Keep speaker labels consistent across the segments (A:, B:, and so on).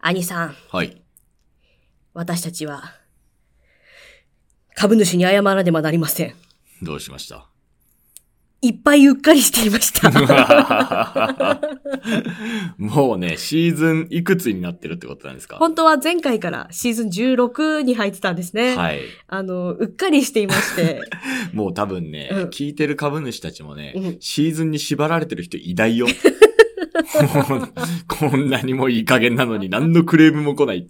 A: 兄さん、
B: はい。
A: 私たちは、株主に謝らねばなりません。
B: どうしました
A: いっぱいうっかりしていました。
B: もうね、シーズンいくつになってるってことなんですか
A: 本当は前回からシーズン16に入ってたんですね。
B: はい。
A: あの、うっかりしていまして。
B: もう多分ね、
A: うん
B: 聞いてる株主たちもね、
A: うん
B: シーズンに縛られてる人いない よ。 もうこんなにもいい加減なのに何のクレームも 来ない。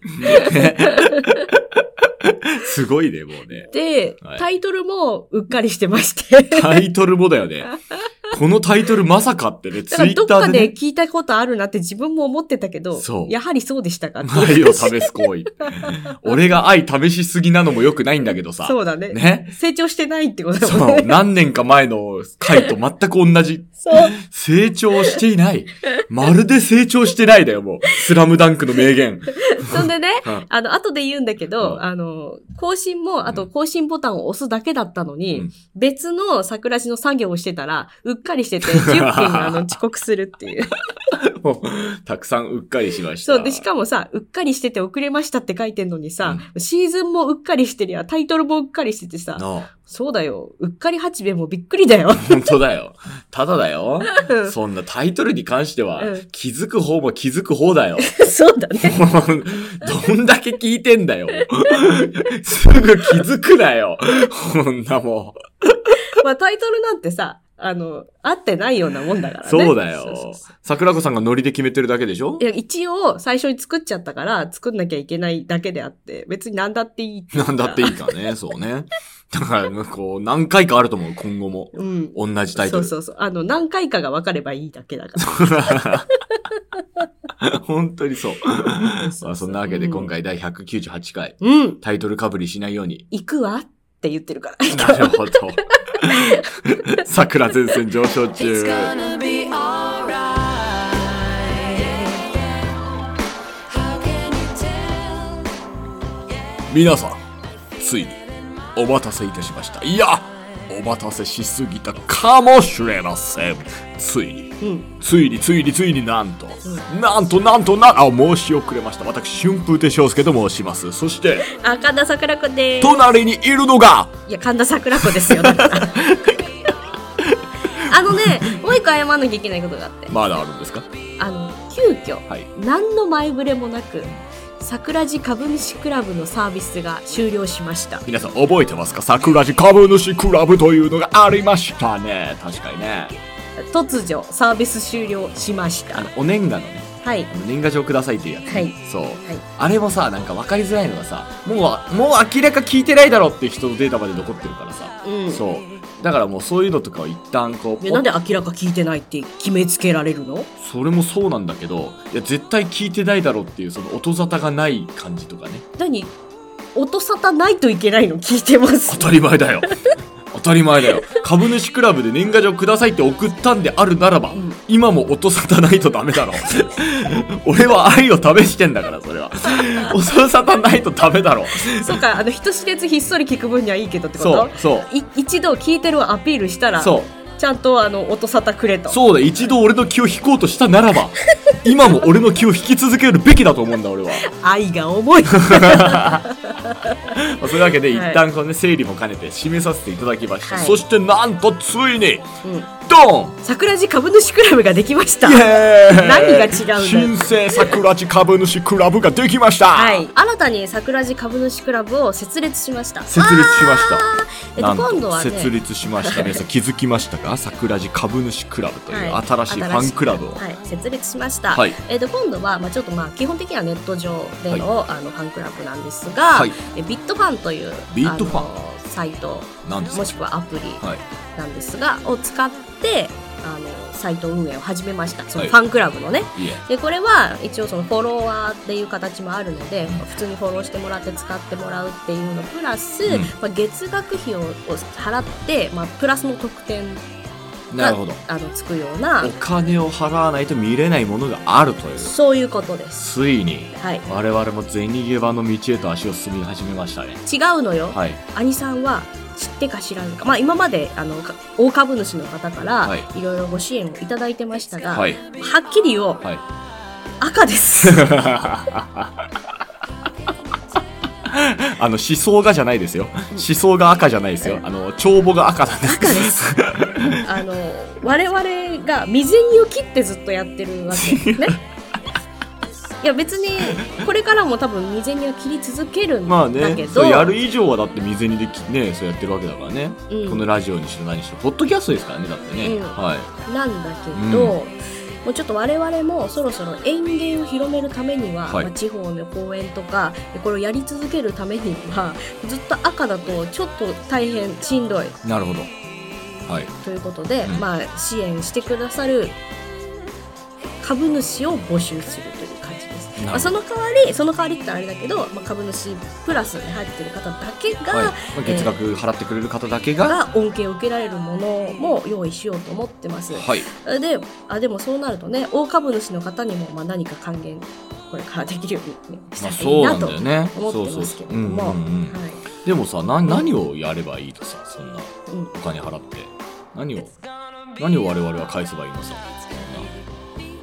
B: すごいね、もうね。
A: で、
B: はい
A: タイトルもうっかりしてま して。
B: タイトルもだよね。このタイトルまさかってね、
A: だ
B: ツ
A: か
B: イ
A: らど
B: ッ
A: っか
B: ターで、
A: で
B: ね、
A: 聞いたことあるなって自分も思ってたけど
B: そ、う
A: やはりそうでしたかっていう
B: 愛を試す行為。俺が愛試しすぎなのも良くないんだけどさ。
A: そうだね
B: ね。
A: 成長してないってことだもん
B: そう、
A: ね。
B: 何年か前の回と全く同じ
A: そう。
B: 成長していない。まるで成長してないだよ、もう。スラムダンクの名言。
A: そんでね
B: うん、
A: あの、後で言うんだけど、
B: うん
A: あの、更新も、あと更新ボタンを押すだけだったのに、
B: うん
A: 別の桜地の作業をしてたら、うっかり してて、10分あの遅刻するっていう。
B: もうたくさんうっかりしました。
A: そう。で、しかもさ、うっかりしてて遅れましたって書いてんのにさ、シーズンもうっかりしてりゃ、タイトルもうっかりしててさ、
B: なあ
A: そうだよ、うっかり八兵衛もびっくりだよ。
B: 本当だよ。ただだよ。
A: うん
B: そんなタイトルに関しては
A: うん、
B: 気づく方も気づく方だよ。
A: そうだね。
B: どんだけ聞いてんだよ。すぐ気づくなよ。こんなもう。
A: まあタイトルなんてさ、あの、合ってないようなもんだからね。
B: そうだ
A: そうそう
B: よ
A: そう。
B: 桜子さんがノリで決めてるだけでしょ
A: いや、一応、最初に作っちゃったから、作んなきゃいけないだけであって、別に何だっていい
B: なんだっていいか ね、そうね。だから、こう、何回かあると思う、今後も。
A: うん。
B: 同じタイ
A: そ
B: ト
A: う
B: ル。
A: そうそう。あの、何回かが分かればいいだけだ から。
B: 本当にそう。
A: そう
B: まあ、そんなわけで、
A: うん
B: 今回第198回、
A: うん。
B: タイトルかぶりしないように。
A: 行くわって言ってるから。
B: なるほど。 桜前線上昇中。
C: gonna be alright. How can you tell?
B: 皆さん、ついに、お待たせいたしました。いや、お待たせしすぎたかもしれません。ついに。
A: うん。
B: ついについについになんと、なんとなんとなんあ申し遅れました私春風亭昇介と申しますそして
A: あ、神田桜子でーす。
B: 隣にいるのが
A: いや、神田桜子ですよ、だ から。あのね、もう一個謝んなきゃいけないことがあって。
B: まだあるんですか
A: あの、急遽、
B: はい
A: 何の前触れもなく、桜地株主クラブのサービスが終了しました。
B: 皆さん覚えてますか桜地株主クラブというのがありましたね確かにね
A: 突如、サービス終了しまし
B: あ
A: た
B: の。お年賀のね
A: はい。
B: あの年賀状くださいっていうやつ、ね
A: はい
B: そう、
A: い
B: あれもさなんか分かりづらいのがさもうあもう明らか聞いてないだろうっていう人のデータまで残ってるからさ、
A: うん
B: そうだからもうそういうのとかを一旦こう
A: でなんで明らか聞いてないって決めつけられるの
B: それもそうなんだけどいや絶対聞いてないだろうっていうその音沙汰がない感じとかね
A: 何音沙汰ないといけないの聞いてます
B: 当たり前 だよ当たり前だよ株主クラブで年賀状くださいって送ったんであるならば、
A: うん
B: 今も音沙汰ないとダメだろ 俺は愛を試してんだからそれは音沙汰ないとダメだろ
A: そうかあの人知れずひっそり聞く分にはいいけどってこ
B: そう
A: と
B: そう
A: い一度聞いてるをアピールしたら
B: そう
A: ちゃんとあの音沙汰くれと
B: そうだ一度俺の気を引こうとしたならば今も俺の気を引き続けるべきだと思うんだ俺は
A: 愛が 重い
B: まあそういうわけで一
A: はい
B: 旦この、ね、整理も兼ねて締めさせていただきました、
A: はい
B: そしてなんとついに
A: うん
B: ド ン
A: 桜地株主クラブができました
B: イエーイ
A: 何が違うんだよ
B: 新生桜地株主クラブができました、
A: はい新たに桜地株主クラブを設立しました
B: 設立しました
A: えっ
B: な
A: と
B: んと
A: 今度はね
B: 設立しました皆さん気づきましたか桜地株主クラブという
A: はい
B: 新しいファンクラブを、
A: はい、設立しました、
B: はい
A: えっと今度は、まあ、ちょっとまあ基本的にはネット上での,、あのファンクラブなんですが、
B: はい
A: えビットファンという
B: ビットファン
A: あのサイト
B: なんですか
A: もしくはアプリ
B: はい
A: なんですが、を使ってあのサイト運営を始めましたその
B: はい
A: ファンクラブのね、
B: いえ
A: でこれは一応そのフォロワーっていう形もあるので普通にフォローしてもらって使ってもらうっていうのプラス、
B: うん
A: まあ、月額費をを払って、まあ、プラスの特典
B: なるほど
A: あのつくような
B: お金を払わないと見れないものがあるという
A: そういうことです。
B: ついに
A: はい、
B: 我々も銭ゲバの道へと足を進み始めましたね
A: 違うのよ、
B: はい
A: 兄さんは知ってか知らんか、まあ、今まであのか大株主の方から
B: はい
A: いろいろご支援をいただいてましたが、
B: は
A: はい っきりを、
B: はい
A: 赤 です。
B: あの、思想がじゃないですよ。思想が赤じゃないですよ。あの、帳簿が赤なんです。
A: 赤です。あの我々が未然を切ってずっとやってるわけですね。 いや別にこれからも多分未然には切り続けるん
B: まあ
A: だ
B: ね
A: け、ど、
B: そうやる以上はだって未然にできね、そうやってるわけだからね。
A: うん
B: このラジオにしろ何にしろ、ポッドキャストですからね、だってね。
A: うん
B: はい。
A: なんだ
B: うん
A: けど、もうちょっと我々もそろそろ園芸を広めるためには、
B: はい
A: まあ地方の公園とかこれをやり続けるためにはずっと赤だとちょっと大変しんどい
B: なるほど。はい。
A: ということで、
B: うん
A: まあ、支援してくださる株主を募集するという感じです。
B: なるほど
A: まあ、その代わりその代わりって言ったらあれだけど、まあ、株主プラスに入ってる方だけが,、
B: はいまあ、月額払ってくれる方だけ
A: えー
B: が、
A: が恩恵を受けられるものも用意しようと思ってます。
B: はい。
A: であでもそうなるとね大株主の方にもまあ何か還元これからできるように、ね、し
B: ま
A: たら
B: あ、
A: いい
B: そうな
A: なんと
B: だよね。
A: 思って
B: そ
A: ま
B: う
A: す
B: そ
A: け
B: う
A: れ
B: そう。
A: ど
B: うん
A: も。
B: う
A: はい
B: んうんでもさな、何をやればいいとさ、そんな
A: うん
B: お金払って。何を、何を我々は返せばいいのさ。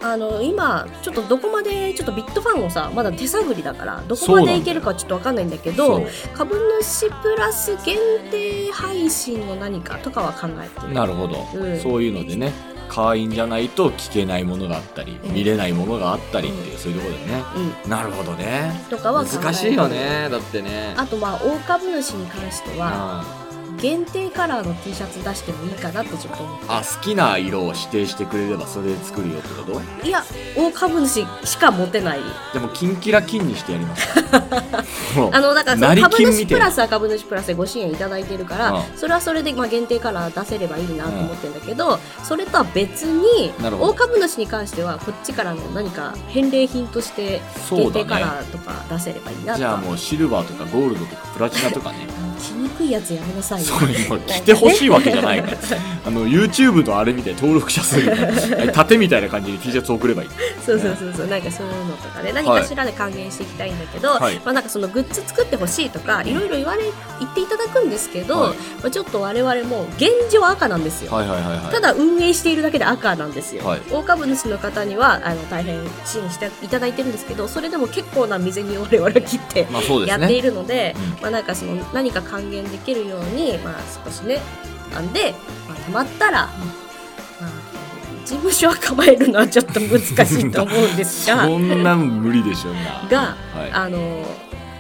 A: あの今ちょっとどこまでちょっとビットファンをさまだ手探りだからどこまでいけるかちょっとわかんないんだけ
B: そ
A: ど
B: う。
A: 株主プラス限定配信の何かとかは考えてる
B: なるほど、
A: うん
B: そういうのでね会員じゃないと聞けないものがあったり、
A: うん
B: 見れないものがあったりっていう、そういうところでね
A: うん、
B: なるほどね
A: とかは考えてる
B: 難しいよねだってね
A: あとまあ大株主に関しては
B: あ
A: 限定カラーの T シャツ出してもいいかなってちょっと思
B: あ好きな色を指定してくれればそれで作るよってこと
A: ういや大株主しか持てない
B: でもキンキラキンにしてやります もう
A: あのだからそ
B: 成
A: の
B: り
A: 株
B: 金
A: 主
B: みた
A: プ
B: いな
A: ラスは株主プラスでご支援いただいてるから
B: ああ
A: それはそれでまあ限定から出せればいいなと思ってるんだけど、それとは別に
B: なるほど
A: 大株主に関してはこっちからの何か返礼品として
B: そ
A: 限
B: う
A: 定カ
B: だね
A: ラーとか出せればいいなと
B: じゃあもうシルバーとかゴールドとかプラチナとかね
A: 着にくいやつやめなさいよ
B: そういうの着てほしいわけじゃないから あの YouTube のあれみたいに登録者数が 盾みたいな感じに T シャツ送ればいい
A: そうそうそうそうなんかそういうのとかで何かしらで還元していきたいんだけど、
B: はい
A: まあ、なんかそのグッズ作ってほしいとかいろいろ言われ言っていただくんですけど、
B: はい
A: まあ、ちょっと我々も現状赤なんですよ。
B: はいはいはいはい
A: ただ運営しているだけで赤なんですよ、
B: はい
A: 大株主の方にはあの大変支援していただいてるんですけどそれでも結構な未然に我々は切って
B: まあそうで
A: や
B: す
A: ってい
B: ね
A: るので
B: う
A: まあ、なんかその何か還元できるように、まあ、少しねなんで、まあ、たまったら、まあ、事務所は構えるのはちょっと難しいと思うんですが
B: そんなん無理でしょうな
A: が
B: はい、
A: あの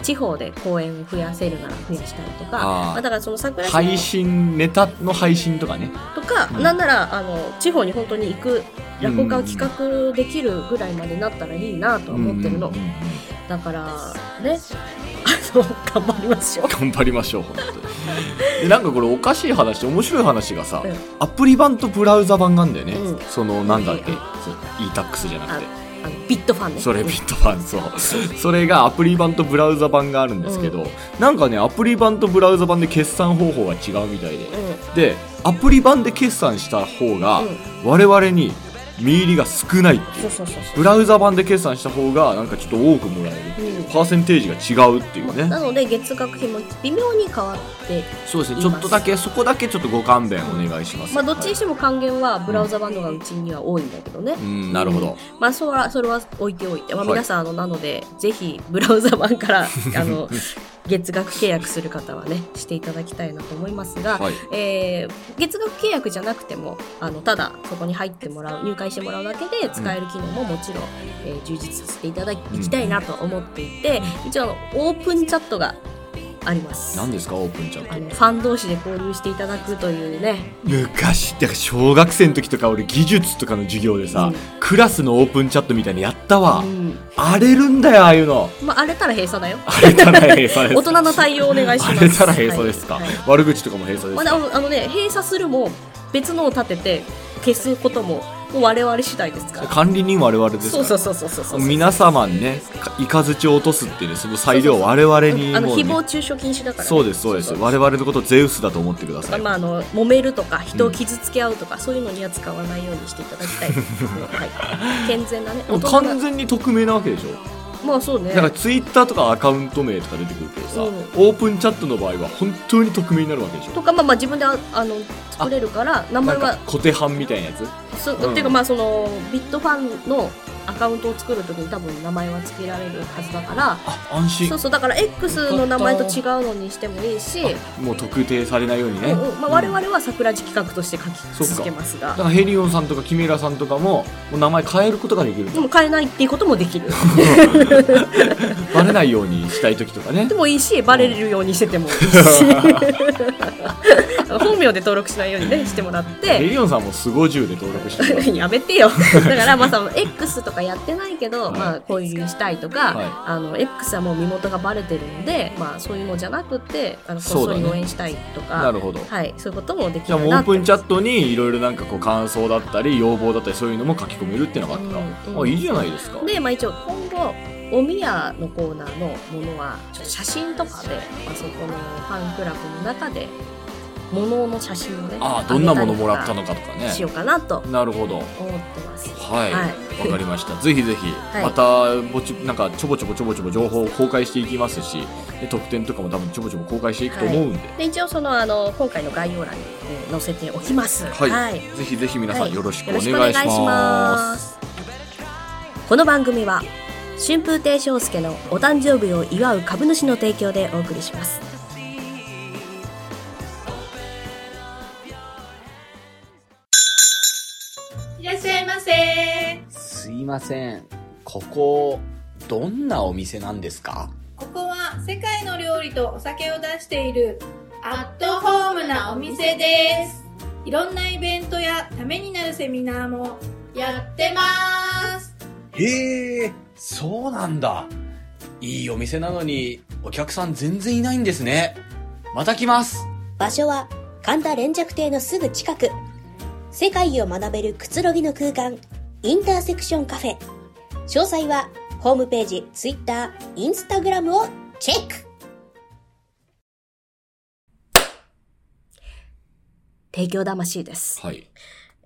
A: 地方で公演を増やせるなら増やしたりとか
B: あー
A: まあ、だからその桜島
B: 配信ネタの配信とかね
A: とか、
B: うん
A: なんならあの地方に本当に行く落語家を企画できるぐらいまでなったらいいなとは思ってるの、
B: うんうんうん
A: だからねあの頑張りましょう
B: 頑張りましょう本当 にでなんかこれおかしい話面白い話がさ、
A: うん
B: アプリ版とブラウザ版があんだよね、
A: うん
B: そのなんだっけ、
A: うん
B: e-tax じゃなくて
A: あのビットファンね
B: それビット版そうそれがアプリ版とブラウザ版があるんですけど、なんかねアプリ版とブラウザ版で決算方法が違うみたいで、
A: うん
B: でアプリ版で決算した方が、
A: うん
B: 我々に見入りが少ないってい
A: そ
B: う
A: うそうそうそ
B: ブラウザ版で決算した方がなんかちょっと多くもらえるっていう、
A: うん
B: パーセンテージが違うっていうう
A: な
B: ね
A: ので月額費も微妙に変わって、
B: そうですね
A: い
B: ち
A: ます
B: ょっとだけそこだけちょっとご勘弁お願いします
A: まあ、どっちに
B: は
A: しても還元はブラウザ版のがうちには多いんだけどね、
B: いうんなるほど、
A: まあ、それはそれは置いておいて、まあ、
B: はい
A: 皆さん、あのなのでぜひブラウザ版からあ の月額契約する方はねしていただきたいなと思いますが、
B: はい
A: えー月額契約じゃなくてもあのただそこに入ってもらう入会してもらうだけで使える機能ももちろん、えー充実させていただい
B: うん
A: きたいなと思っていて、一応あのオープンチャットがあります。
B: 何ですかオープンチャッ
A: あの
B: ト
A: ファン同士で交流していただくというね
B: 昔だから小学生の時とか俺技術とかの授業でさ、
A: うん
B: クラスのオープンチャットみたいにやったわ、
A: うん
B: 荒れるんだよああいうの
A: まあ、荒れたら閉鎖だよ
B: 荒れたら閉鎖です
A: 大人の対応お願いします
B: 荒れたら閉鎖ですか、
A: はいはい
B: 悪口とかも閉鎖で
A: ますだ
B: か、
A: あのあのね閉鎖するも別のを立てて消すことももう我々次第ですから
B: 管理人我々ですか
A: そう
B: ら
A: そうそうそうそうそう
B: 皆様にねかいかずちを落とすっていうねその裁量を我々に
A: あの
B: もう
A: 誹
B: ね
A: 謗中傷禁止だからね、
B: そうですそうです
A: そう
B: 我々のことをゼウスだと思ってください、
A: まああの揉めるとか人を傷つけ合うとか、そういうのには使わないようにしていただ きたい、はい、健全なね
B: でも
A: な
B: 完全に匿名なわけでしょ、
A: まあそうね
B: だからツイッターとかアカウント名とか出てくるけどさ、
A: うん
B: オープンチャットの場合は本当に匿名になるわけでしょ
A: とかまあまあ自分でああの作れるから名前
B: なん
A: は
B: か小手半みたいなやつ
A: そう
B: うん
A: っていうかまあそのビットファンのアカウントを作るときに多分名前は付けられるはずだから
B: あ安心
A: そうそうだから X の名前と違うのにしてもいいし、
B: もう特定されないようにね、
A: うんうんまあ、我々は桜地企画として書き続けます
B: だ
A: が
B: からヘリオンさんとかキメラさんとかももう名前変えることができるん
A: で
B: だ
A: も変えないっていうこともできる
B: バレないようにしたい時とかね
A: でもいいしバレるようにしててもいい し本名で登録しないようにねしてもらって。
B: ヘリオンさんもスゴ10で登録して る
A: やめてよだからまあその X とかやってないけど、
B: はい
A: まあこういうしたいとか、
B: はい
A: あの X はもう身元がバレてるんで、まあ、そういうのじゃなくてあのこっ
B: そう
A: そ
B: だ
A: り
B: ね
A: 応援したいと
B: な
A: か、
B: るほど
A: はい、そういうこともでき
B: じゃあ
A: る
B: もうオ
A: な
B: ー
A: と
B: プンチャットにいろいろなんかこう感想だったり要望だったりそういうのも書き込めるっていうのがあったら、
A: うんうん
B: あいいじゃないですか
A: で、まあ、一応今後おみやのコーナーのものはちょっと写真とかで、まあ、そこのファンクラブの中で物の写真をね
B: ああどんなものもらった
A: の
B: のかとかね
A: しようかなと
B: なるほど
A: 思ってます
B: はいわ、
A: はい
B: かりましたぜ ひぜひ、
A: い
B: またぼちなんかちょぼちょぼちょぼちょぼ情報を公開していきますしで特典とかも多分ちょぼちょぼ公開していくと思うんで、
A: で一応そのあの今回の概要欄にえー載せておきます
B: はい、
A: はい
B: ぜひぜひ皆さ
A: は
B: ん
A: い
B: よろしくお
A: よろ
B: 願い
A: し
B: し
A: くお願いし
B: ま。
A: ますすこの番組は春風亭昇介のお誕生日を祝う株主の提供でお送りします
D: いらっしゃいませ。
B: すいません。ここ、どんなお店なんですか
D: ここは世界の料理とお酒を出しているアットホームなお店です。いろんなイベントやためになるセミナーもやってます。
B: へえ、そうなんだ。いいお店なのに、お客さん全然いないんですね。また来ます。
E: 場所は神田連雀亭のすぐ近く世界を学べるくつろぎの空間インターセクションカフェ詳細はホームページ Twitter、Instagram をチェック
A: 提供魂です
B: はい。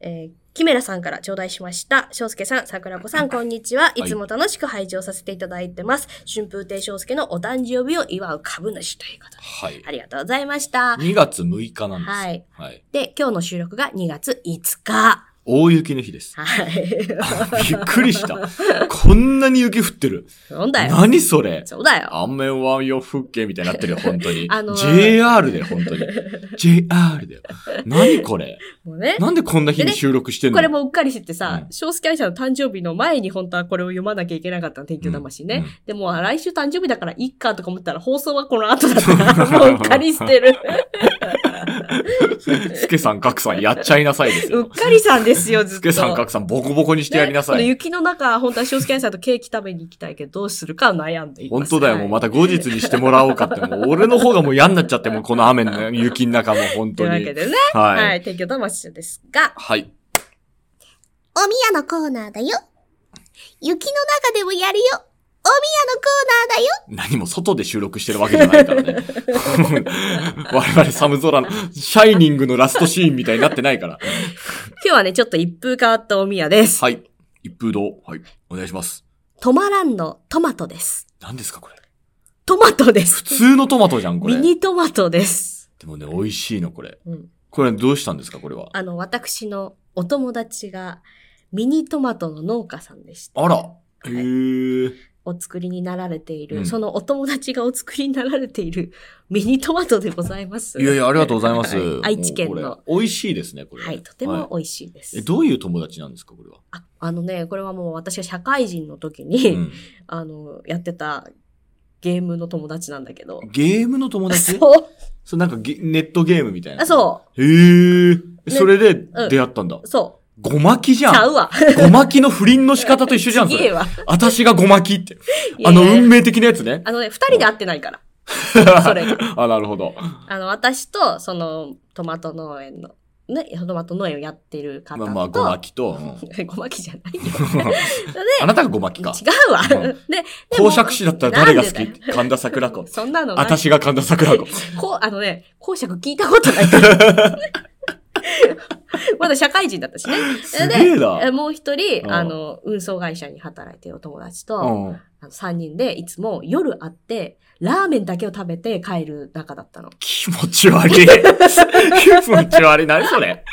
A: えーキメラさんから頂戴しました。翔介さん、桜子さん、こんにちは。いつも楽しく拝聴させていただいてます。春風亭翔介のお誕生日を祝う株主ということで。
B: はい
A: あ。りがとうございました。
B: 2月6日なんです。
A: は
B: はいい。
A: で、今日の収録が2月5日。。
B: 大雪の日です
A: はい。
B: びっくりした。こんなに雪降ってる。
A: そうだよ。
B: 何それ
A: そうだよ。
B: 雨はよふっけみたいになってるよ、本当に。
A: あのー
B: JR だよ、本当に。JR だよ。何 これ
A: もうね。
B: なんでこんな日に収録してんの
A: これもうっかりしててさ
B: う、ん
A: 翔介愛者の誕生日の前に本当はこれを読まなきゃいけなかったの、天気魂ね。
B: うんうん
A: でも、あ来週誕生日だからいっかとか思ったら放送はこの後だ から、もううっかりしてる。
B: スケさん、ガクさん、やっちゃいなさいです
A: うっ
B: よ。
A: かりさんですよ、ずっと。
B: スケさん、ガクさん、ボコボコにしてやりなさ
A: ねこの
B: い。
A: 雪の中、本当は翔介愛さんとケーキ食べに行きたいけど、どうするか悩んでいま
B: 本
A: す。
B: 当だよ、もうま
A: た。
B: た後日にしてもらおうかって、 もう俺の方がもう嫌になっちゃって、もうこの雨の雪の中も本
A: とい
B: 当
A: うわ
B: に
A: け。でね。はい、
B: はい。
A: 提供魂ですが、
B: はい。
E: おみやのコーナーだよ雪の中でもやるよおみやのコーナーだよ
B: 何も外で収録してるわけじゃな いからね。我々寒空の、シャイニングのラストシーンみたいになってないから。
A: 今日はね、ちょっと一風変わったおみやです。
B: はい。一風堂。はい。お願いします。
A: 止まらんのトマトです。
B: 何ですか、これ。
A: トマトです
B: 普。通のトマトじゃん、これ。
A: ミ
B: で
A: ニトマトです。
B: もね、美味しいの、これ。
A: うん
B: これどうしたんですか、これは。
A: あの、私のお友達がミニトマトの農家さんでして、
B: あら。へえ。
A: お作りになられている、
B: うん
A: そのお友達がお作りになられているミニトマトでございます。
B: いやいや、ありがとうございます
A: は。愛知県
B: もう
A: の
B: こ。れ。美味しいですね、これ。
A: はい、とても美味しいです。
B: え、どういう友達なんですか、これは。
A: ああのね、これはもう私が社会人の時に、
B: うん
A: あの、やってたゲームの友達なんだけど。
B: ゲームの友達
A: そう。
B: そう、なんかゲネットゲームみたいな。。
A: あそう
B: へえ。それで出会ったんだ
A: う。。そ
B: ごまきじ
A: う。ち
B: ゃ
A: ゃ
B: ん。
A: うわ。
B: ごまきの不倫の仕方と一 緒じゃん、そ
A: いえ
B: れ。
A: わ。
B: 私がごまきって。
A: いや
B: あ
A: いや
B: の運命的なやつね。
A: あのね、二人で会ってないから。それが。
B: あ、なるほど。
A: あの、私と、その、トマト農園の、ね、トマト農園をやってる方と。
B: まあまあ、ごまきと、うん
A: ごまきじゃないよ。
B: あなたがごまき
A: 違
B: か。
A: うわ。
B: うん
A: で、 で
B: 公爵士だったら誰が好
A: なんで
B: き神田桜子
A: だよ。 そんなのない
B: 私が神田桜子。
A: こう、あのね、公爵聞いたことないから。 まだ社会人だったしね。
B: すげえな
A: でえもう一人、
B: うん
A: あの、運送会社に働いてるお友達と、
B: うん。
A: あの3人でいつも夜会って、ラーメンだけを食べて帰る仲だったの。
B: 気持ち悪い。気持ち悪い。何それ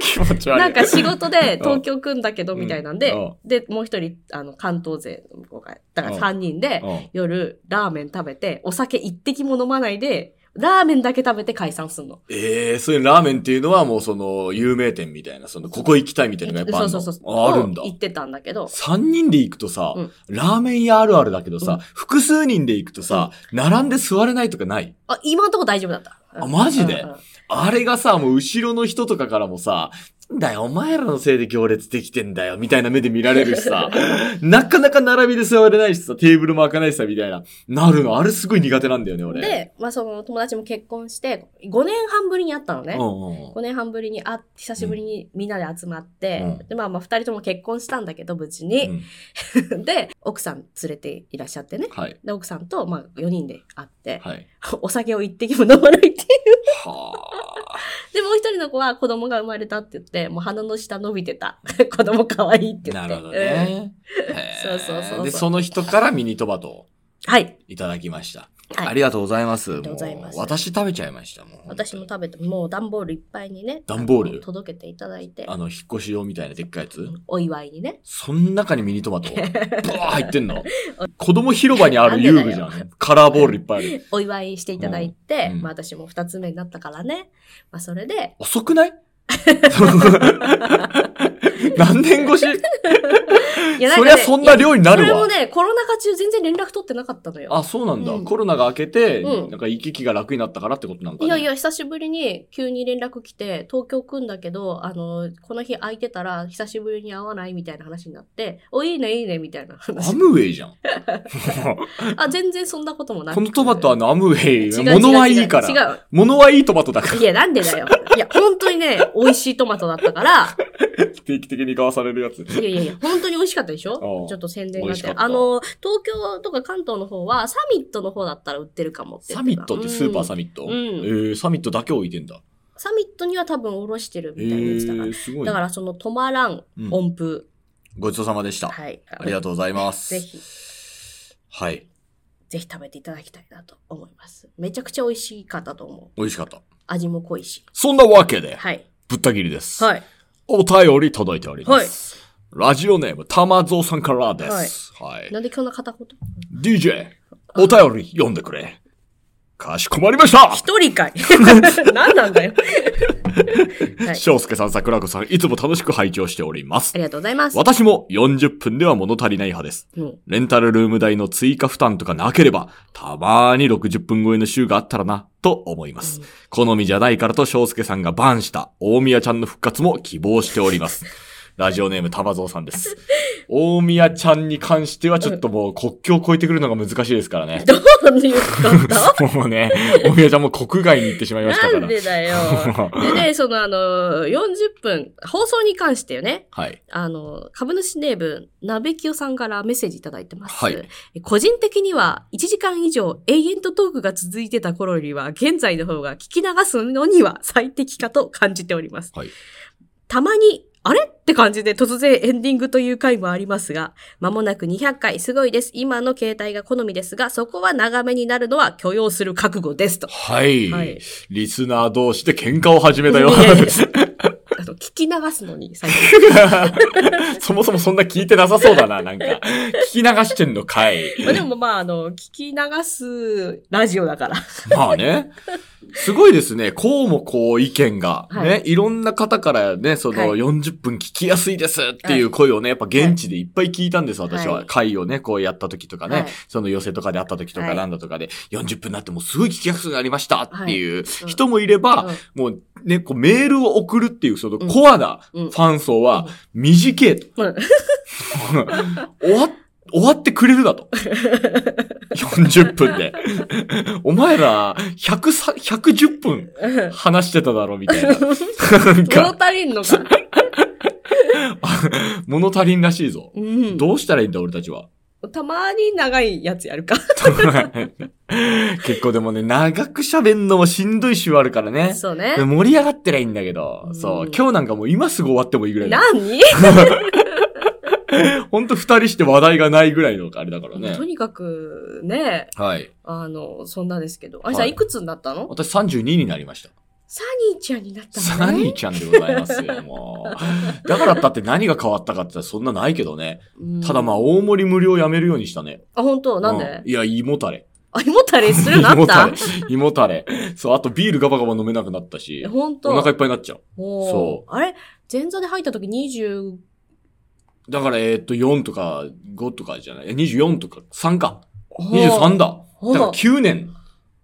B: 気持ち悪い。
A: なんか仕
B: 事
A: 事で東京来んだけど
B: うん
A: みたいなんで、
B: うん
A: で、もう一人、あの、関東勢の子が、だから3人で、夜、ラーメン食べて、お酒一滴も飲まないで、ラーメンだけ食べて解散すんの。
B: ええそういうラーメンっていうのはもうその有名店みたいな、そのここ行きたいみたいなのが
A: そ
B: やっ
A: うそ
B: ぱあ
A: うそう。
B: るのあるんだ
A: を。行ってたんだけど、
B: 三人で行くとさ、
A: うん
B: ラーメン屋あるあるだけどさ、
A: うん
B: 複数人で行くとさ、並んで座れないとかない
A: あ、今んとこ大丈夫だった。うん
B: あマジで
A: うんうん
B: あれがさ、もう後ろの人とかからもさ、んだよ、お前らのせいで行列できてんだよ、みたいな目で見られるしさ、 なかなか並びで座れないしさ、テーブルも開かないしさ、みたいな、なるの。あれすごい苦手なんだよね、俺。
A: で、まあその友達も結婚して、5年半ぶりに会ったのね。
B: うんうん
A: 5年半ぶりに会って、久しぶりにみんなで集まって、
B: うん
A: で、まあまあ2人とも結婚したんだけど、無事
B: う
A: に。
B: ん。
A: で、奥さん連れていらっしゃってね。
B: はい。
A: で、奥さんと、まあ4人で会って、
B: はい。
A: お酒を一滴も飲まないっていう。
B: は
A: で、もう一人の子は子供が生まれたって言って、もう鼻の下伸びてた。子供可愛いって
B: あ。
A: 言って。
B: なるほど
A: うん
B: ね。へ
A: そ
B: ー
A: うそうそうそう
B: で、その人からミニトマトを
A: はい。
B: いただきました。
A: はい
B: ありがとうございます。
A: りがとうございます
B: もう私食べちゃいました、もう。
A: 私も食べて、もう段ボールいっぱいにね。
B: 段ボール
A: あの届けていただいて
B: あ、の、引っ越し用みたいなでっかいやつ
A: お祝いにね。
B: そん中にミニトマト、ブワ ー入ってんの子供広場にある遊具じゃ
A: なんで
B: ん。カラーボールいっぱいある。
A: お祝いしていただいて、
B: うん
A: まあ私も二つ目になったからね。まあそれで、
B: 遅くない 何年越し
A: いや
B: そりゃそんな量になるわ
A: それ。もね、コロナ禍中全然連絡取ってなかったのよ。
B: あ、そうなんだ。
A: うん
B: コロナが明けて、
A: うん
B: なんか行き来が楽になったからってことなんか
A: い
B: な
A: やいや、久しぶりに急に連絡来て、東京来んだけど、あの、この日空いてたら、久しぶりに会わないみたいな話になって、お、いいね、いいね、みたいな
B: ア
A: 話。
B: ムウェイじゃん。
A: あ、全然そんなこともなく
B: このトマトはあのアムウ
A: 違
B: ェ
A: う違
B: イ。
A: う
B: 物はいいか
A: 違
B: ら。
A: う。
B: 物はいいトマトだから
A: い。や、なんでだよ。いや、本当にね、美味しいトマトだったから、
B: 定期的に買わされるやつ。
A: いやいやいや、本当に美味しかったでしょ
B: ああ
A: ちょっと宣伝になっ
B: 美味
A: て。
B: しかった
A: あの、東京とか関東の方は、サミットの方だったら売ってるかもって言
B: サ
A: た
B: ミットってスーパーサ
A: うん
B: ミット、
A: うん
B: えー、サミットだけ置いてんだ。
A: サミットには多分おろしてる
B: え
A: みたいなやつだから。
B: ー、すごいね。
A: だからその止まらん
B: うん
A: 音符。
B: ごちそうさまでした。
A: はい。
B: ありがとうございます。
A: ぜひ、
B: はい。
A: ぜひ食べていただきたいなと思います。めちゃくちゃ美味しかったと思う。
B: 美味しかった。
A: 味も濃いし。
B: そんなわけで、
A: はい。
B: ぶった切りです。
A: はい。
B: お便り届いております。ラジオネーム、たまぞうさんからです。はい。
A: なんで今日の片言
B: DJ、お便り読んでくれ。かしこまりました
A: 一人かい 何なんだよ。はい。
B: 翔介さん、桜子さん、いつも楽しく拝聴しております
A: あ。りがとうございます。
B: 私も40分では物足りない派です。
A: うん
B: レンタルルーム代の追加負担とかなければ、たまーに60分超えの週があったらな、と思います。好みじゃないからと翔介さんがバンした大宮ちゃんの復活も希望しております。ラジオネーム玉蔵さんです。 大宮ちゃんに関してはちょっともう国境を越えてくるのが難しいですからね。
A: どうなんで言 ったんだ
B: もうね、大宮ちゃんも国外に行ってしまいましたか
A: なん
B: ら。
A: でだよ。でね、そのあの、40分、放送に関してよね、
B: はい。
A: あの、株主名分、なべきよさんからメッセージいただいてます。
B: はい
A: 個人的には、1時間以上永遠とトークが続いてた頃よりは、現在の方が聞き流すのには最適かと感じております。
B: はい
A: たまに、あれって感じで突然エンディングという回もありますが、まもなく200回、すごいです。今の携帯が好みですが、そこは長めになるのは許容する覚悟ですと。
B: はい。
A: はい
B: リスナー同士で喧嘩を始めたよ
A: い。やいやいやあの、聞き流すのに最適。
B: そもそもそんな聞いてなさそうだな、なんか。聞き流してんのかい。
A: まあでもまあ、あの、聞き流すラジオだから。
B: まあね。すごいですね。こうもこう意見が。
A: はい
B: ね。いろんな方からね、その
A: はい
B: 40分聞きやすいですっていう声をね、やっぱ現地でいっぱい聞いたんです、私
A: は
B: は。
A: い
B: 会をね、こうやった時とかね、
A: はい
B: その寄せとかで会った時と
A: は
B: か
A: い
B: なんだとかで、40分になってもうすごい聞きやすくなりましたっていう
A: うん
B: 人もいれば、もうね、こうメールを送るっていうそのコアな
A: うん
B: ファン層は短いと。
A: うん
B: 終わ、終わってくれるだと。40分で。お前ら、100さ、110分 話してただろ、みたいな。なん
A: 物
B: か、
A: 足りんのか。
B: 物足りんらしいぞ。
A: うん。
B: どうしたらいいんだ、俺たちは。
A: たまに長いやつやるか。
B: 結構でもね、長く喋んのもしんどい週あるから ね。
A: そうね。
B: 盛り上がってないいんだけど、
A: うん
B: そう、今日なんかもう今すぐ終わってもいいぐらいだ。
A: 何、
B: ほんと二人して話題がないぐらいのあれだからね
A: と。にかくね、
B: はい。
A: あの、そんなですけど。あれさん、
B: はい
A: い、くつになったの
B: 私32になりました。
A: サニーちゃんになった
B: サ
A: のね。
B: ニーちゃんでございますよ、も う。だからだって何が変わったかって言ったらそんなないけどね。
A: うん
B: ただまあ、大盛り無料やめるようにしたね。
A: あ、本当なんで、
B: うんいや、胃もたれ。
A: あ、胃もたれするように な
B: 胃も
A: ったた
B: れ。胃もたれ。そう、あとビールガバガバ飲めなくなったし、
A: 本当
B: お腹いっぱいになっちゃう。
A: もう
B: そ
A: あれ前座で入った時25
B: だから、えーっと、4とか5とかじゃない。え24とか3か。23だ。
A: ほう
B: だから9年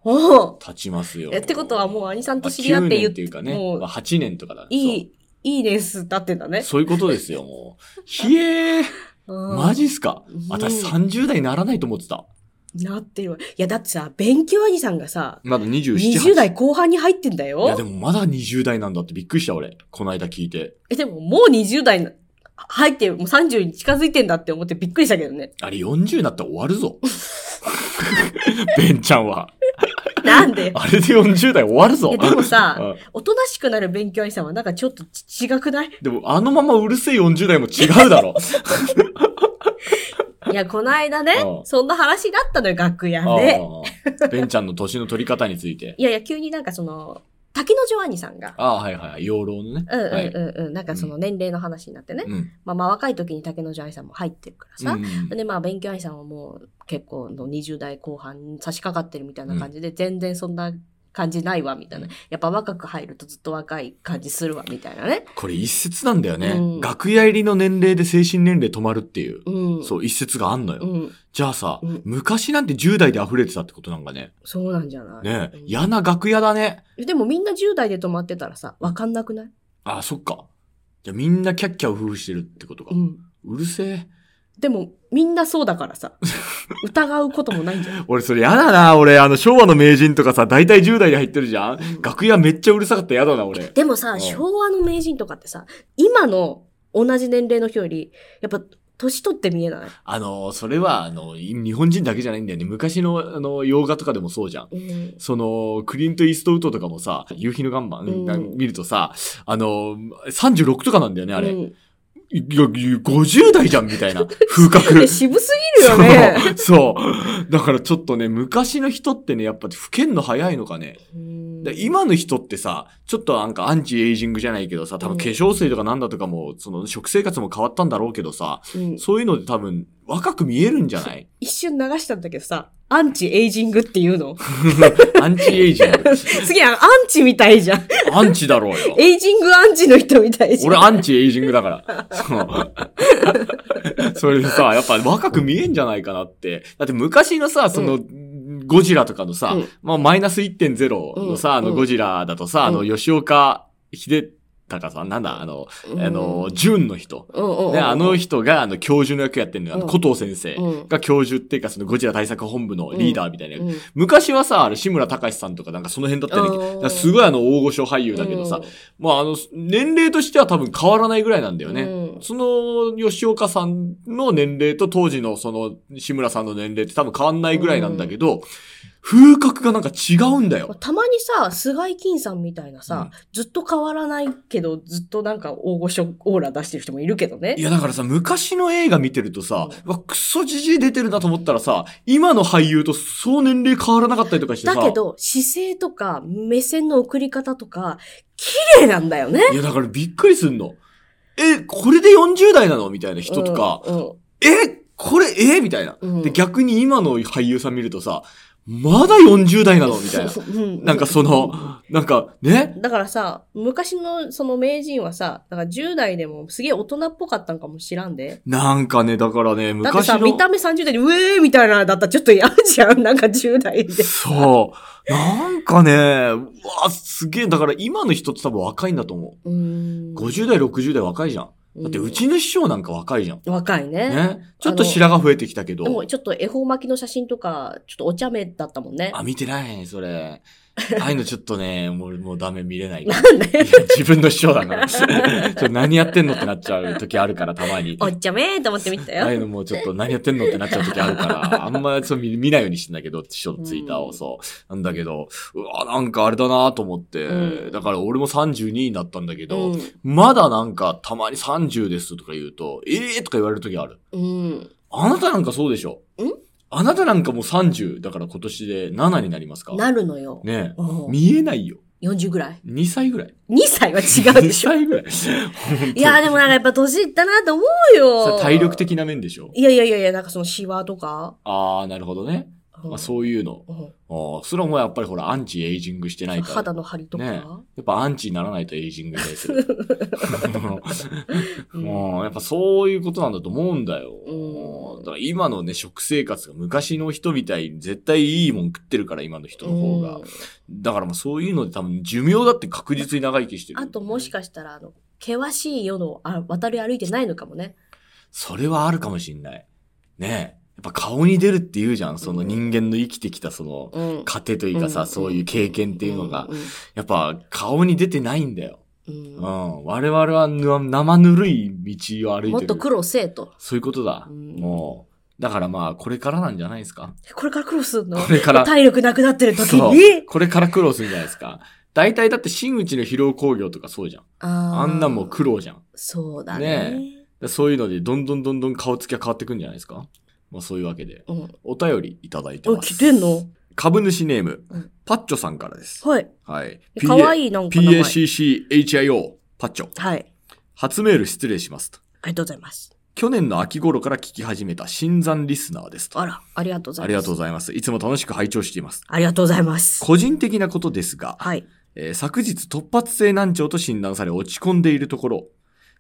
A: おう
B: 経ちますよ。
A: えってことはもう兄さん
B: ま
A: と
B: あ
A: 知り合っ
B: 9
A: て
B: 年
A: 言
B: っ
A: ってて、
B: いうかね。
A: もう
B: まあ、8年とかだね
A: いい、いい年数経ってんだ
B: そう
A: ね。
B: そういうことですよ、もう。ひえー、
A: うん
B: マジっすか
A: うん
B: 私30代にならないと思ってた。
A: なってるわ。いや、だってさ、勉強兄さんがさ、
B: まだ27
A: 20代
B: い
A: 後半に入ってんだよ。
B: や、でもまだ20代なんだってびっくりした、俺。この間聞いて。
A: え、でももう20代な入って、もう30に近づいてんだって思ってびっくりしたけど ね。
B: あれ40になったら終わるぞ。 ベンちゃんは。
A: なんで
B: あれで40代終わるぞ
A: い。やでも
B: うん
A: さ、おとなしくなる勉強兄さんはなんかちょっとち違くない
B: でも、あのままうるせえ40代も違うだろ。
A: いや、この間ね
B: う、ん
A: そんな話だったのよ、楽屋
B: あ
A: で。
B: あベンちゃんの年の取り方について。
A: いやいや、急になんかその、竹野城兄さんが、
B: ああ、はいはいはい。養老のね。
A: うんうん
B: はい。
A: うんうん、なんかその年齢の話になってね。
B: うん。
A: まあまあ若い時に竹野城兄さんも入ってるからさ。
B: うん
A: でまあ勉強兄さんはもう結構の20代後半に差し掛かってるみたいな感じで、全然そんな感じないわ、みたいな。やっぱ若く入るとずっと若い感じするわ、みたいなね。
B: これ一説なんだよね、
A: うん
B: 楽屋入りの年齢で精神年齢止まるっていう。
A: うん。
B: そう、一説があんのよ。
A: うん。
B: じゃあさ、
A: うん
B: 昔なんて10代で溢れてたってことなんかね。
A: そうなんじゃない
B: ねえ、
A: うん
B: 嫌な楽屋だね。
A: でもみんな10代で止まってたらさ、わかんなくない
B: ああ、そっか。じゃあみんなキャッキャウフフしてるってことか。
A: う。
B: うんるせえ。
A: でも、みんなそうだから さ、疑うこともないんじゃん。
B: 俺それ嫌だな。俺、あの、昭和の名人とかさ、大体10代で入ってるじゃん。楽屋めっちゃうるさかったら嫌だな、俺。
A: でもさ、
B: うん
A: 昭和の名人とかってさ、今の同じ年齢の人より、やっぱ、年取って見えない。
B: あの、それは、あの、日本人だけじゃないんだよね。昔の、あの、洋画とかでもそうじゃん。
A: うん。
B: その、クリント・イーストウッドとかもさ、夕日の岩盤、
A: うん
B: なんか見るとさ、あの、36とかなんだよね、あれ。
A: うん
B: いや、50代じゃんみたいな風
A: で
B: 格。
A: 渋すぎるよね。
B: そう。そう。だからちょっとね、昔の人ってね、やっぱ老けんの早いのかね。
A: うん
B: だ今の人ってさ、ちょっとなんかアンチエイジングじゃないけどさ、多分化粧水とかなんだとかも、その食生活も変わったんだろうけどさ、
A: うん
B: そういうので多分若く見えるんじゃない
A: 一瞬流したんだけどさ、アンチエイジングっていう の。
B: アンチエイジ ング。
A: 次はアンチみたいじゃん。
B: アンチだろうよ。
A: エイジングアンチの人みたいじゃん。
B: 俺アンチエイジングだから。 そう。それでさ、やっぱ若く見えんじゃないかなって。だって昔のさ、その、ゴジラとかのさ、
A: うん
B: まあマイナス1.0のさ、
A: うん
B: あのゴジラだとさ、あの吉岡秀隆さん、なんだ、あの、
A: うん
B: あの、純の人。
A: うんうんうん
B: ね、あの人が、あの、教授の役やってんのよ。あの、
A: うん
B: 古藤先生
A: うん
B: が教授っていうか、そのゴジラ対策本部のリーダーみたいな役
A: うん
B: 昔はさ、あれ、志村隆さんとかなんかその辺だったんだけ
A: あー
B: ど、だからすごいあの、大御所俳優だけどさ、まああの、年齢としては多分変わらないぐらいなんだよね。
A: うん
B: その、吉岡さんの年齢と当時のその、志村さんの年齢って多分変わんないぐらいなんだけど、風格がなんか違うんだよ。
A: たまにさ、菅井金さんみたいなさ、ずっと変わらないけど、ずっとなんか大御所オーラ出してる人もいるけどね
B: い。やだからさ、昔の映画見てるとさ、うわ、クソじじい出てるなと思ったらさ、今の俳優とそう年齢変わらなかったりとかしてさ。
A: だけど、姿勢とか、目線の送り方とか、綺麗なんだよね。
B: いやだからびっくりすんの。え、これで40代なのみたいな人とか、
A: うんうん
B: えこれ、えみたいな。
A: うん
B: で、逆に今の俳優さん見るとさ、まだ40代なのみたいな。
A: うん
B: なんかその、なんか、ね
A: だからさ、昔のその名人はさ、だから10代でもすげえ大人っぽかったんかもしらんで。
B: なんかね、だからね、
A: だって
B: 昔
A: さ、
B: の
A: 見。た目30代に、うえーみたいなのだったらちょっと嫌じ ゃん。なんか10代で。
B: そう。なんかね、うわ、すげえ。だから今の人って多分若いんだと思
A: う
B: う。
A: ん
B: 50代、60代若いじゃん。だってうちの師匠なんか若いじゃん。
A: 若いね。
B: ね。ちょっと白が増えてきたけ
A: でも
B: ど。
A: ちょっと恵方巻きの写真とか、ちょっとお茶目だったもんね。
B: あ、見てない、それ。ああいうのちょっとね、もう、もうダメ見れない。い
A: なんで
B: や 自分の師匠だから。 ちょっと何やってんのってなっちゃう時あるから、たまに。
A: おっちゃめーと思って見てた
B: ああい
A: よ。
B: うのもうちょっと何やってんのってなっちゃう時ある から、あんまそう見見ないようにしてんだけど、師匠のツイッターをそう。なんだけど、うわ、なんかあれだなと思って、
A: うん
B: だから俺も32になったんだけ
A: う
B: ど、
A: ん。
B: まだなんかたまに30ですとか言うと、ええー、とか言われる時ある。
A: うん。
B: あなたなんかそうでしょ
A: ん
B: あなたなんかもう30、だから今年で7になりますか
A: なるのよ。
B: ねえ。
A: うん
B: 見えないよ。
A: 40ぐらい。
B: 2歳ぐらい。
A: 2歳は違う
B: 2
A: でしょ。
B: 歳ぐらい。
A: いやーでもなんかやっぱ年いったなと思う
B: そ
A: よ。
B: れ体力。的な面でしょ
A: いやいやいやいや、なんかそのシワとか。
B: ああ、なるほどね。まあ、そういうの。
A: うん。うん
B: ああ、それはもうやっぱりほら、アンチエイジングしてないから。
A: 肌の張りとか。
B: ねやっぱアンチにならないとエイジングですよ。
A: うん
B: もう、やっぱそういうことなんだと思うんだよ。
A: うん
B: だから今のね、食生活が昔の人みたいに絶対いいもん食ってるから、今の人の方が。
A: うん
B: だからもうそういうので多分寿命だって確実に長生きしてる。
A: あともしかしたら、あの、険しい世のあ渡り歩いてないのかもね。
B: それはあるかもしんない。ねえ。やっぱ顔に出るって言うじゃん。その人間の生きてきたその、
A: うん。
B: 糧というかさ、
A: うん
B: そういう経験っていうのが、
A: う
B: やっぱ顔に出てないんだよ。
A: ん。
B: う
A: うん
B: ん。我々はぬ生ぬるい道を歩いてる。
A: もっと苦労せえと。
B: そういうことだ。
A: うん
B: もう。だからまあ、これからなんじゃないで すか。
A: これから苦労する の
B: これから。
A: 体力なくなってる時
B: そう
A: に。
B: これから苦労するんじゃないですか。大体だって新内の疲労工業とかそうじゃん。
A: あ
B: あんなも
A: う
B: う苦労じゃん。
A: そうだね。
B: ねだそういうので、どんどんどんどん顔つきが変わってくんじゃないですか。まあそういうわけで。
A: うん。
B: お便りいただいて
A: あ、
B: ます。
A: 来てんの
B: 株主ネーム、
A: うん
B: パッチョさんからです。
A: はい。
B: はい。
A: かわいいなんか名前。
B: PACCHIO、パッチョ。
A: はい。あり
B: 初メール失礼しますと。
A: がとうございます。
B: 去年の秋頃から聞き始めた新参リスナーですと。
A: あら、ありがとうございます。
B: ありがとうございます。いつも楽しく拝聴しています。
A: ありがとうございます。
B: 個人的なことですが、
A: はい。
B: えー昨日突発性難聴と診断され落ち込んでいるところ、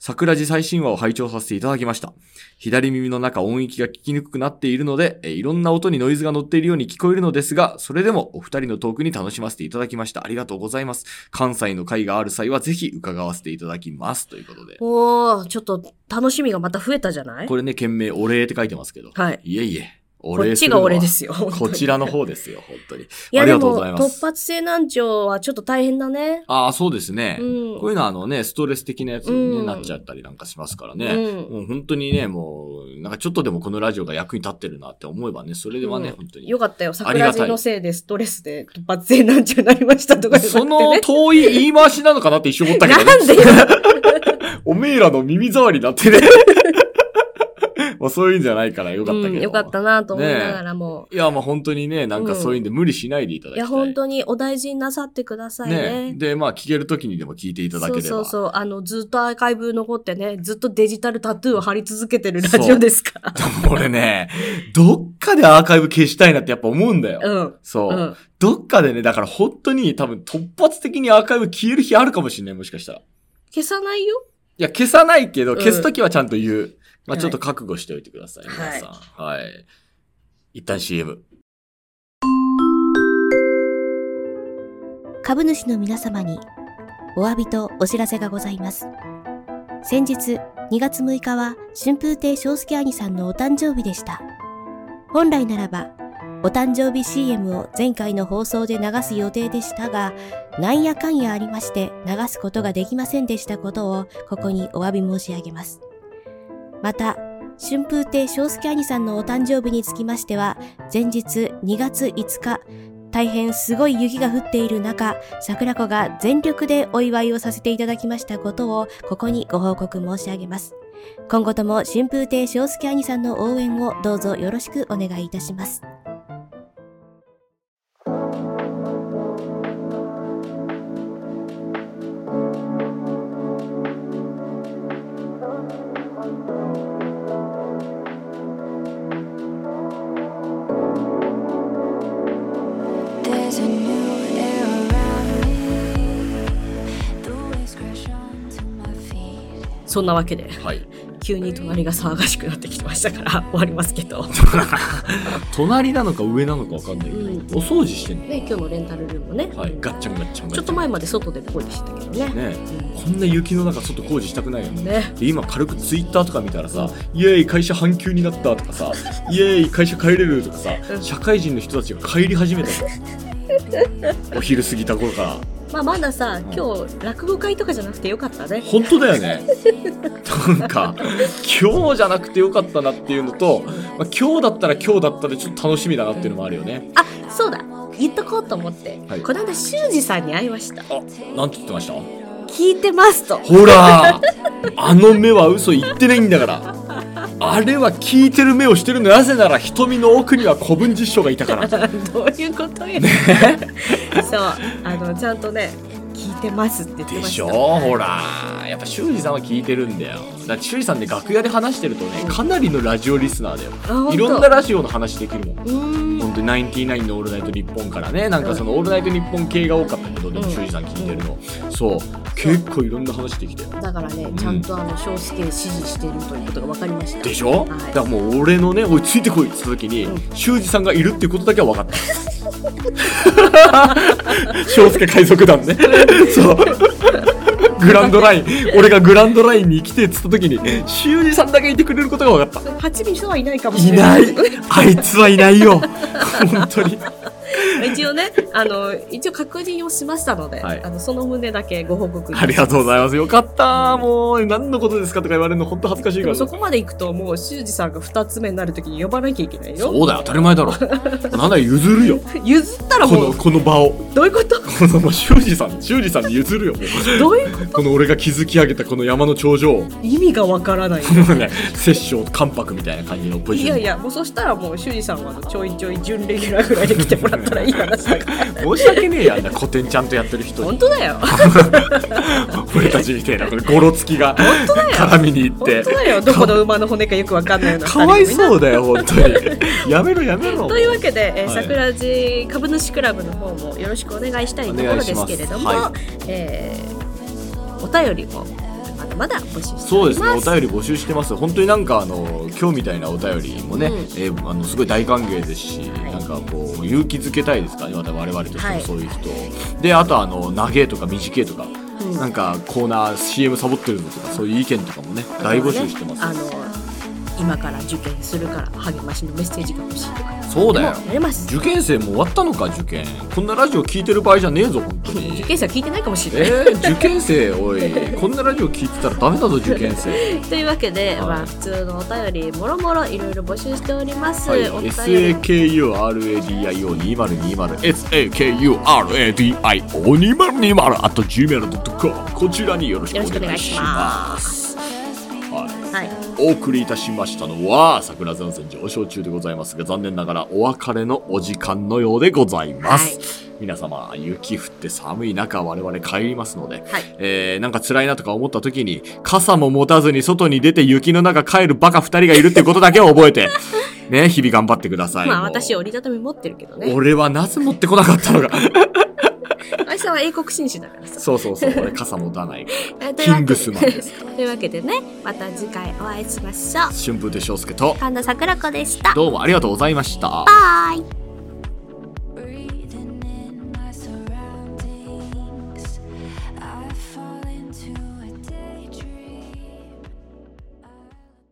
B: 桜地最新話を拝聴させていただきました。左耳の中音域が聞きにくくなっているので、えーいろんな音にノイズが乗っているように聞こえるのですが、それでもお二人のトークに楽しませていただきました。ありがとうございます。関西の会がある際はぜひ伺わせていただきます。ということで。
A: おー、ちょっと楽しみがまた増えたじゃない
B: これね、件名お礼って書いてますけど。
A: はい。
B: いえいえ、お
A: こっ
B: 礼
A: ち
B: るの
A: が
B: は
A: 俺で。すよ。
B: こちらの方ですよ、本当に。
A: いや
B: あり
A: で
B: がとう
A: も
B: ございます
A: 突発性難聴はちょっと大変だね。
B: ああ、そうですね。
A: うん
B: こういうのはあのね、ストレス的なやつにね、
A: うん
B: なっちゃったりなんかしますからね。
A: うん
B: もう本当にね、もう、なんかちょっとでもこのラジオが役に立ってるなって思えばね、それではね、
A: うん
B: 本当に
A: よ。かったよ。
B: ありが
A: 桜
B: たい
A: 地のせいでストレスで突発性難聴になりましたとかじゃ
B: そ
A: なくて
B: の
A: ね。
B: 遠い言い回しなのかなって一瞬思ったけど、ね、
A: なんで よ
B: おめえらの耳障りだってね。 まあそういうんじゃないからよかったけど。
A: うんよかったなと思いながらも。
B: いや、まあ本当にね、なんかそういうんで無理しないでいただき
A: いや、
B: たい。
A: 本当にお大事になさってくださいね。
B: で、まあ聞ける時にでも聞いていただ
A: そ
B: けれ
A: う
B: ば。
A: そうそう。あの、ずっとアーカイブ残ってね、ずっとデジタルタトゥーを貼り続けてるラジオです から。
B: でも俺ね、どっかでアーカイブ消したいなってやっぱ思うんだよ。
A: うん。
B: そう、
A: うん。
B: どっかでね、だから本当に多分突発的にアーカイブ消える日あるかもしれない、もしかしたら。い
A: 消さないよ。
B: や、消さないけど、
A: ん
B: 消すときはちゃんと言う。ま
A: は
B: あ
A: い
B: ちょっと覚悟しておいてください、
A: はい
B: 皆さん。はい。一旦 CM。
E: 株主の皆様にお詫びとお知らせがございます。先日2月6日は春風亭昇介兄さんのお誕生日でした。本来ならばお誕生日 CM を前回の放送で流す予定でしたが、なんやかんやありまして流すことができませんでしたことをここにお詫び申し上げます。また、春風亭昇介兄さんのお誕生日につきましては、前日2月5日、大変すごい雪が降っている中、桜子が全力でお祝いをさせていただきましたことを、ここにご報告申し上げます。今後とも春風亭昇介兄さんの応援をどうぞよろしくお願いいたします。
C: There's a new air around me. The waves crash onto my feet.
A: そんなわけで、
B: はい。
A: 急に隣が騒がしくなってきてましたから、終わりますけ ど。
B: 隣なのか上なのかわかんないけど、
A: うん
B: お掃除してん
A: ね、今日のレンタルルームもね、
B: の。はい。ガッチャンガッチャンガッチャン。
A: ちょっと前まで外で声でしたけどね。
B: ねこんな雪の中外工事したくないよね。
A: ね。
B: で今軽くツイッターとか見たらさ「イエーイ会社半休に なった」とかさ「イエーイ会社帰れる」とかさ
A: うん
B: 社会人の人たちが帰り始めたと お昼過ぎた頃から。
A: まあまださ今日落語会とかじゃなくてよかったね
B: 本当だよね。なんか、今日じゃなくてよかったなっていうのと、まあ、今日だったら今日だったらちょっと楽しみだなっていうのもあるよね。
A: あそうだ言っとこうと思って、
B: はい
A: この間修二さんに会いました
B: あ、なんて言ってました
A: 聞いてます と
B: ほらあの目は嘘言ってないんだからあれは聞いてる目をしてるのなぜなら瞳の奥には古文実証がいたから
A: どういうことよ。 そう、あのちゃんとね、聞いてますって言って
B: で
A: まし。
B: したょほらやっぱ修二さんは聞いてるんだよだって修二さんで楽屋で話してるとねかなりのラジオリスナーだよ
A: あ本当
B: いろんなラジオの話できるもん
A: うーん。
B: 本当にナインティナインのオールナイトニッポンからね、なんかそのオールナイトニッポン系が多かったけど、でも
A: うん
B: 修二さん聞いてるの。そう、結構いろんな話できて。
A: だからね、ちゃんとあの少子系支持しているということが分かりました。
B: でしょ、
A: はい
B: だからもう俺のね「おいついてこい」っつった時に、修二さんがいるっていうことだけは分 かった翔介海賊団ねそうグランドライン俺がグランドラインに来てっつった時に修二さんだけいてくれることが分かっ
A: 八味噌はいないかも
B: た
A: し
B: い
A: れな。
B: ないいあいつはいないよ本当に
A: 一応ね、あの一応確認をしましたので、
B: はい
A: あのその旨だけご報告。
B: ありがとうございますよかったもう何のことですかとか言われるの本当恥ずかしい
A: で
B: か
A: も
B: ら
A: そこまで行くともう修二さんが二つ目になるときに呼ばなきゃいけないよ。
B: そうだよ当たり前だろなんだよ譲 るよ
A: 譲ったら
B: こ
A: も
B: の
A: う
B: この場を
A: どういうこと？
B: このもう修二さん修二さんに譲る よもう
A: どういう
B: この俺が築き上げたこの山の頂 上を、ね、
A: 意味がわから ない。
B: 摂政関白みたいな感じのポジ
A: い
B: シ
A: や
B: ョン
A: いや、もうそしたらもう修二さんはあのちょいちょい準レギュラーぐらいで来てもらったらいい話だ から。
B: 申し訳ねえやあんな古典ちゃんとやってる人
A: 本
B: に
A: 当だよ。
B: 俺たちみたいなこれゴロつきが絡みに行っ
A: 本
B: て
A: 当だよ。どこの馬の骨かよくわかんないような。
B: かわい
A: 二人組な
B: そうだよ本当にやめろやめろ
A: というわけで、えー
B: はい
A: 桜地株主クラブの方もよろしくお願いしたいところですけれども、
B: お願いしま
A: えーお便りもまだまだ募集しております。
B: そうですねお便り募集してます本当になんかあの今日みたいなお便りもね、
A: うん
B: えーあのすごい大歓迎ですし、なんかこう勇気づけたいですからねまた我々として
A: は
B: も
A: い
B: そういう人を、であとあの長えとか短えとか、
A: うん
B: なんかコーナー CM サボってるのとかそういう意見とかもね大募集してます、
A: あの今から受験するから励ましのメッセージが欲しいとか。
B: そうだよ
A: もやれます。
B: 受験生も終わったのか受験こんなラジオ聞いてる場合じゃねえぞ本当に
A: 受験生は聞いてないかもしれない。
B: えー、受験生おいこんなラジオ聞いてたらダメだぞ受験生
A: というわけで、
B: はい
A: まあ、普通のお便りもろもろいろいろ募集しております、
B: はい、
A: お便り
B: SAKURADIO2020SAKURADIO2020 あと gmail.com こちらによろしくお願いしますはい
A: はい
B: お送りいたしましたのは桜前線上昇中でございますが残念ながらお別れのお時間のようでございます、
A: は
B: 皆様雪降って寒い中我々帰りますので、
A: はい
B: えー、なんか辛いなとか思った時に傘も持たずに外に出て雪の中帰るバカ二人がいるってことだけを覚えて ね日々頑張ってください
A: まあ
B: もう
A: 私折りたたみ持ってるけどね
B: 俺はなぜ持ってこなかっ たのか
A: あいさんは英国紳士だからさ
B: そうそうそう俺傘持たないから
A: えーとい
B: キ
A: うわけで
B: ングスマンです
A: というわけでねまた次回お会いしましょう
B: 春風亭昇介と
A: 神田桜子でした
B: どうもありがとうございました
A: バイ